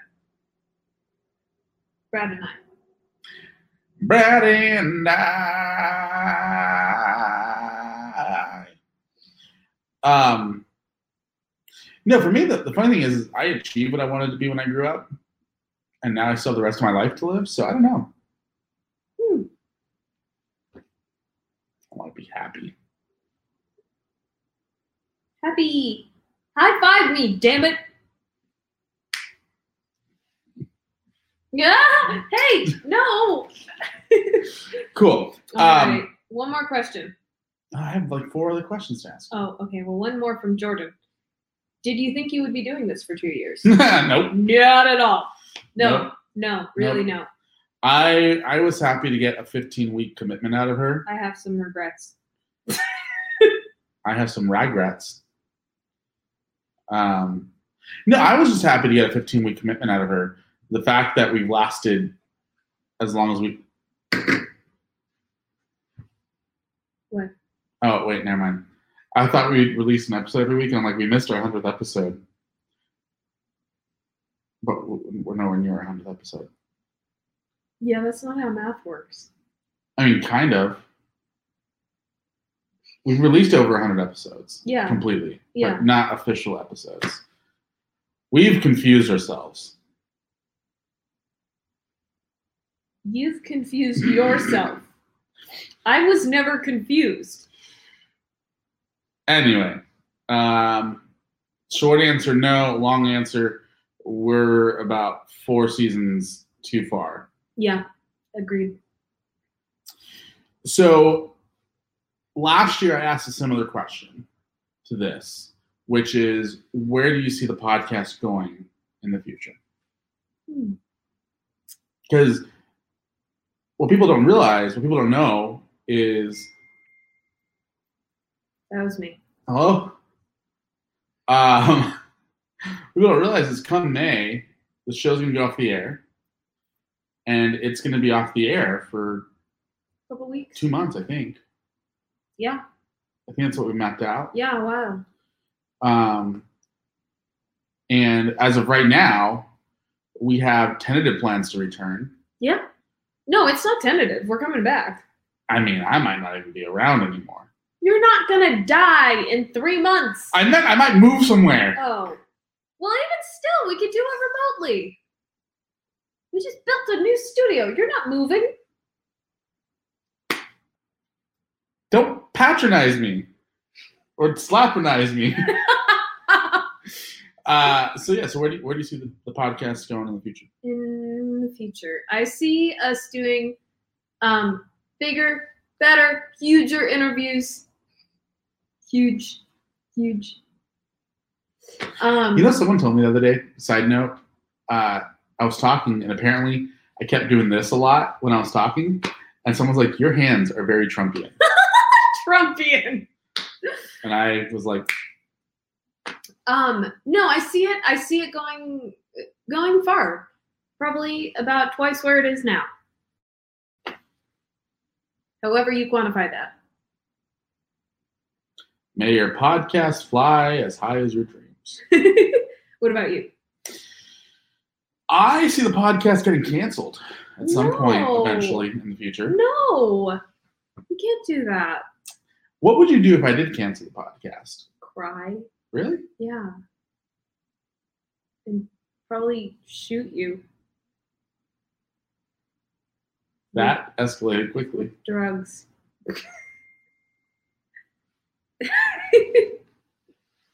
Speaker 4: Brad and I.
Speaker 3: Brad and I. Um, no, for me, the, the funny thing is, is I achieved what I wanted to be when I grew up, and now I still have the rest of my life to live. So I don't know.
Speaker 4: Hmm.
Speaker 3: I want to be happy.
Speaker 4: Happy. High five me, damn it. Yeah. Hey, no.
Speaker 3: Cool.
Speaker 4: All
Speaker 3: Um,
Speaker 4: right, One more question.
Speaker 3: I have like four other questions to ask.
Speaker 4: Oh, okay. Well, one more from Jordan. Did you think you would be doing this for two years?
Speaker 3: nope.
Speaker 4: Not at all. No,
Speaker 3: Nope.
Speaker 4: no, really, no.
Speaker 3: I I was happy to get a 15 week commitment out of her.
Speaker 4: I have some regrets.
Speaker 3: I have some regrets. Um, no, I was just happy to get a 15 week commitment out of her. The fact that we've lasted as long as we.
Speaker 4: What?
Speaker 3: Oh wait, never mind. I thought we'd release an episode every week, and I'm like, we missed our hundredth episode. But w- we're nowhere near our hundredth episode.
Speaker 4: Yeah, that's not how math works.
Speaker 3: I mean, kind of. We've released over 100 episodes.
Speaker 4: Yeah.
Speaker 3: Completely.
Speaker 4: Yeah.
Speaker 3: But not official episodes. We've confused ourselves.
Speaker 4: You've confused yourself. I was never confused.
Speaker 3: Anyway, um, short answer no. Long answer, we're about four seasons too far.
Speaker 4: Yeah, agreed.
Speaker 3: So last year I asked a similar question to this, which is where do you see the podcast going in the future?
Speaker 4: Hmm.
Speaker 3: Because what people don't realize, what people don't know is
Speaker 4: That was me.
Speaker 3: hello. Um, people don't realize is come May, the show's gonna go off the air, and it's gonna be off the air for
Speaker 4: couple weeks.
Speaker 3: two months, I think.
Speaker 4: Yeah,
Speaker 3: I think that's what we mapped out.
Speaker 4: yeah, wow.
Speaker 3: Um, and as of right now, we have tentative plans to return.
Speaker 4: Yeah. No, it's not tentative. We're coming back.
Speaker 3: I mean, I might not even be around anymore.
Speaker 4: You're not gonna die in three months.
Speaker 3: I might, I might move somewhere.
Speaker 4: Oh. Well, even still, we could do it remotely. We just built a new studio. You're not moving.
Speaker 3: Don't patronize me or slapponize me. Uh, so yeah, so where do you, where do you see the, the podcast going in the future?
Speaker 4: in the future. I see us doing um, bigger, better, huger interviews. Huge, huge. Um,
Speaker 3: You know, someone told me the other day. Side note, uh, I was talking, and apparently, I kept doing this a lot when I was talking. And someone's like, "Your hands are very Trumpian,"
Speaker 4: Trumpian.
Speaker 3: and I was like,
Speaker 4: Um, no, I see it. I see it going going far. Probably about twice where it is now. However you quantify that.
Speaker 3: "May your podcast fly as high as your dreams."
Speaker 4: what about you?
Speaker 3: I see the podcast getting canceled at some point
Speaker 4: No.
Speaker 3: eventually in the future.
Speaker 4: No, you can't do that.
Speaker 3: What would you do if I did cancel the podcast?
Speaker 4: Cry.
Speaker 3: Really?
Speaker 4: Yeah. And probably shoot you.
Speaker 3: That escalated quickly.
Speaker 4: With drugs.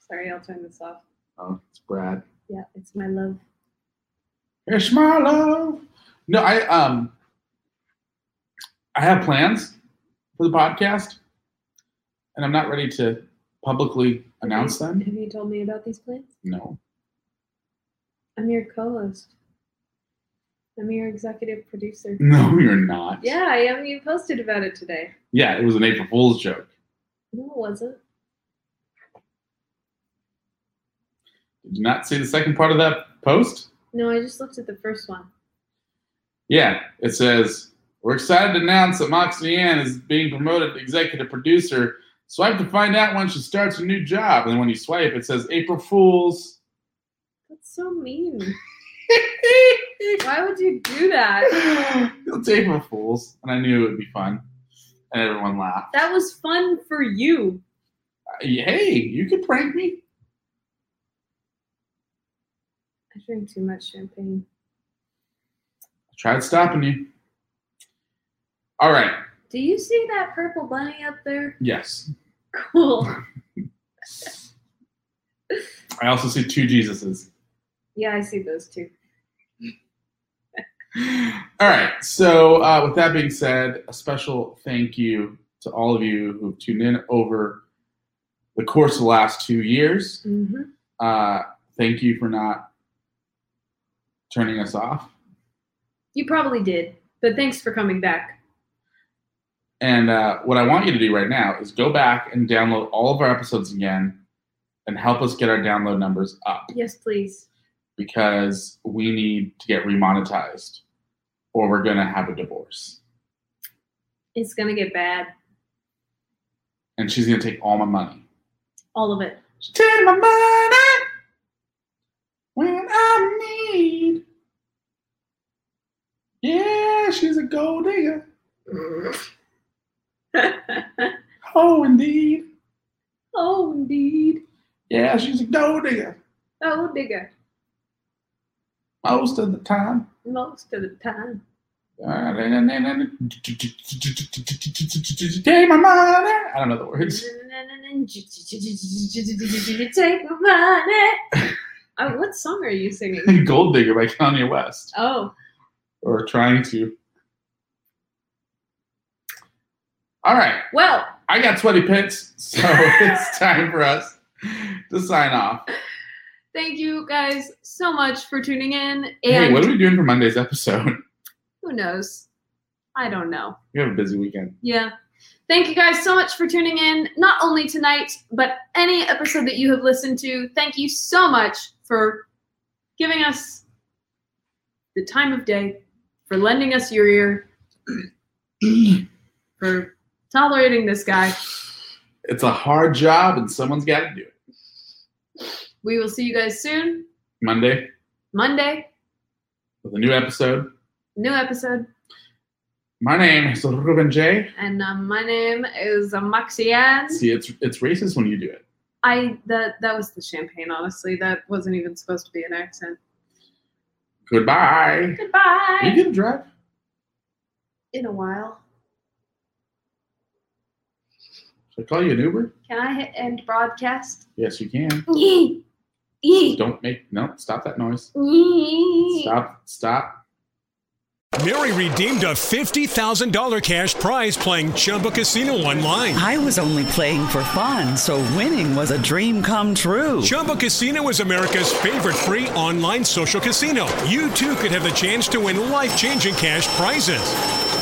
Speaker 4: Sorry, I'll turn this off.
Speaker 3: Oh, it's Brad.
Speaker 4: Yeah, it's my love.
Speaker 3: It's my love. No, I um, I have plans for the podcast, and I'm not ready to publicly announce
Speaker 4: Have
Speaker 3: them.
Speaker 4: you told me about these plans?
Speaker 3: No,
Speaker 4: I'm your co host. I'm your executive producer.
Speaker 3: no, you're not.
Speaker 4: Yeah, I am. You posted about it today.
Speaker 3: yeah. It was an April Fool's joke.
Speaker 4: No, it wasn't.
Speaker 3: Did you not see the second part of that post?
Speaker 4: No, I just looked at the first one.
Speaker 3: Yeah, it says we're excited to announce that Moxie Ann is being promoted to executive producer. Swipe to find out when she starts a new job, and when you swipe, it says April Fools.
Speaker 4: That's so mean. Why would you do that?
Speaker 3: it's April Fools, and I knew it would be fun, and everyone laughed.
Speaker 4: That was fun for you.
Speaker 3: Hey, you could prank me.
Speaker 4: I drink too much champagne.
Speaker 3: I tried stopping you. All right.
Speaker 4: Do you see that purple bunny up there?
Speaker 3: Yes.
Speaker 4: Cool.
Speaker 3: I also see two Jesuses.
Speaker 4: Yeah, I see those too.
Speaker 3: All right. So, uh, with that being said, a special thank you to all of you who've tuned in over the course of the last two years.
Speaker 4: Mm-hmm.
Speaker 3: Uh, thank you for not turning us off.
Speaker 4: You probably did, but thanks for coming back.
Speaker 3: And uh, what I want you to do right now is go back and download all of our episodes again and help us get our download numbers up
Speaker 4: Yes, please.
Speaker 3: because we need to get remonetized or we're going to have a divorce.
Speaker 4: It's gonna get bad.
Speaker 3: And she's going to take all my money.
Speaker 4: All of it.
Speaker 3: She take my money when I need. Yeah, she's a gold digger. Oh, indeed.
Speaker 4: oh, indeed.
Speaker 3: Yeah, she's a gold digger.
Speaker 4: Oh, digger.
Speaker 3: most of the time.
Speaker 4: most of the time.
Speaker 3: Uh, Take my money. I don't know the words.
Speaker 4: Take my money. Oh, what song are you singing?
Speaker 3: Gold Digger by Kanye West,
Speaker 4: Oh,
Speaker 3: or trying to. All right,
Speaker 4: well,
Speaker 3: I got sweaty pits, so it's time for us to sign off.
Speaker 4: thank you guys so much for tuning in. And
Speaker 3: Hey, what are we doing for Monday's episode?
Speaker 4: who knows? I don't know.
Speaker 3: We have a busy weekend.
Speaker 4: Yeah. Thank you guys so much for tuning in, not only tonight, but any episode that you have listened to. Thank you so much for giving us the time of day, for lending us your ear, for tolerating this guy.
Speaker 3: It's a hard job, and someone's got to do it.
Speaker 4: We will see you guys soon,
Speaker 3: Monday
Speaker 4: Monday,
Speaker 3: with a new episode.
Speaker 4: new episode.
Speaker 3: My name is Ruben J.
Speaker 4: And um, my name is uh, Maxiane.
Speaker 3: See, it's it's racist when you do it.
Speaker 4: I that that was the champagne. Honestly, that wasn't even supposed to be an accent.
Speaker 3: Goodbye. You
Speaker 4: Goodbye.
Speaker 3: can drive.
Speaker 4: In a while.
Speaker 3: Should I call you an Uber?
Speaker 4: Can I hit end broadcast?
Speaker 3: Yes, you can.
Speaker 4: Yee. Yee.
Speaker 3: Don't make no. Stop that noise.
Speaker 4: Yee.
Speaker 3: Stop. Stop.
Speaker 5: Mary redeemed a $50,000 cash prize playing Chumba Casino online.
Speaker 6: I was only playing for fun, so winning was a dream come true.
Speaker 5: Chumba Casino is America's favorite free online social casino. You too could have the chance to win life changing cash prizes.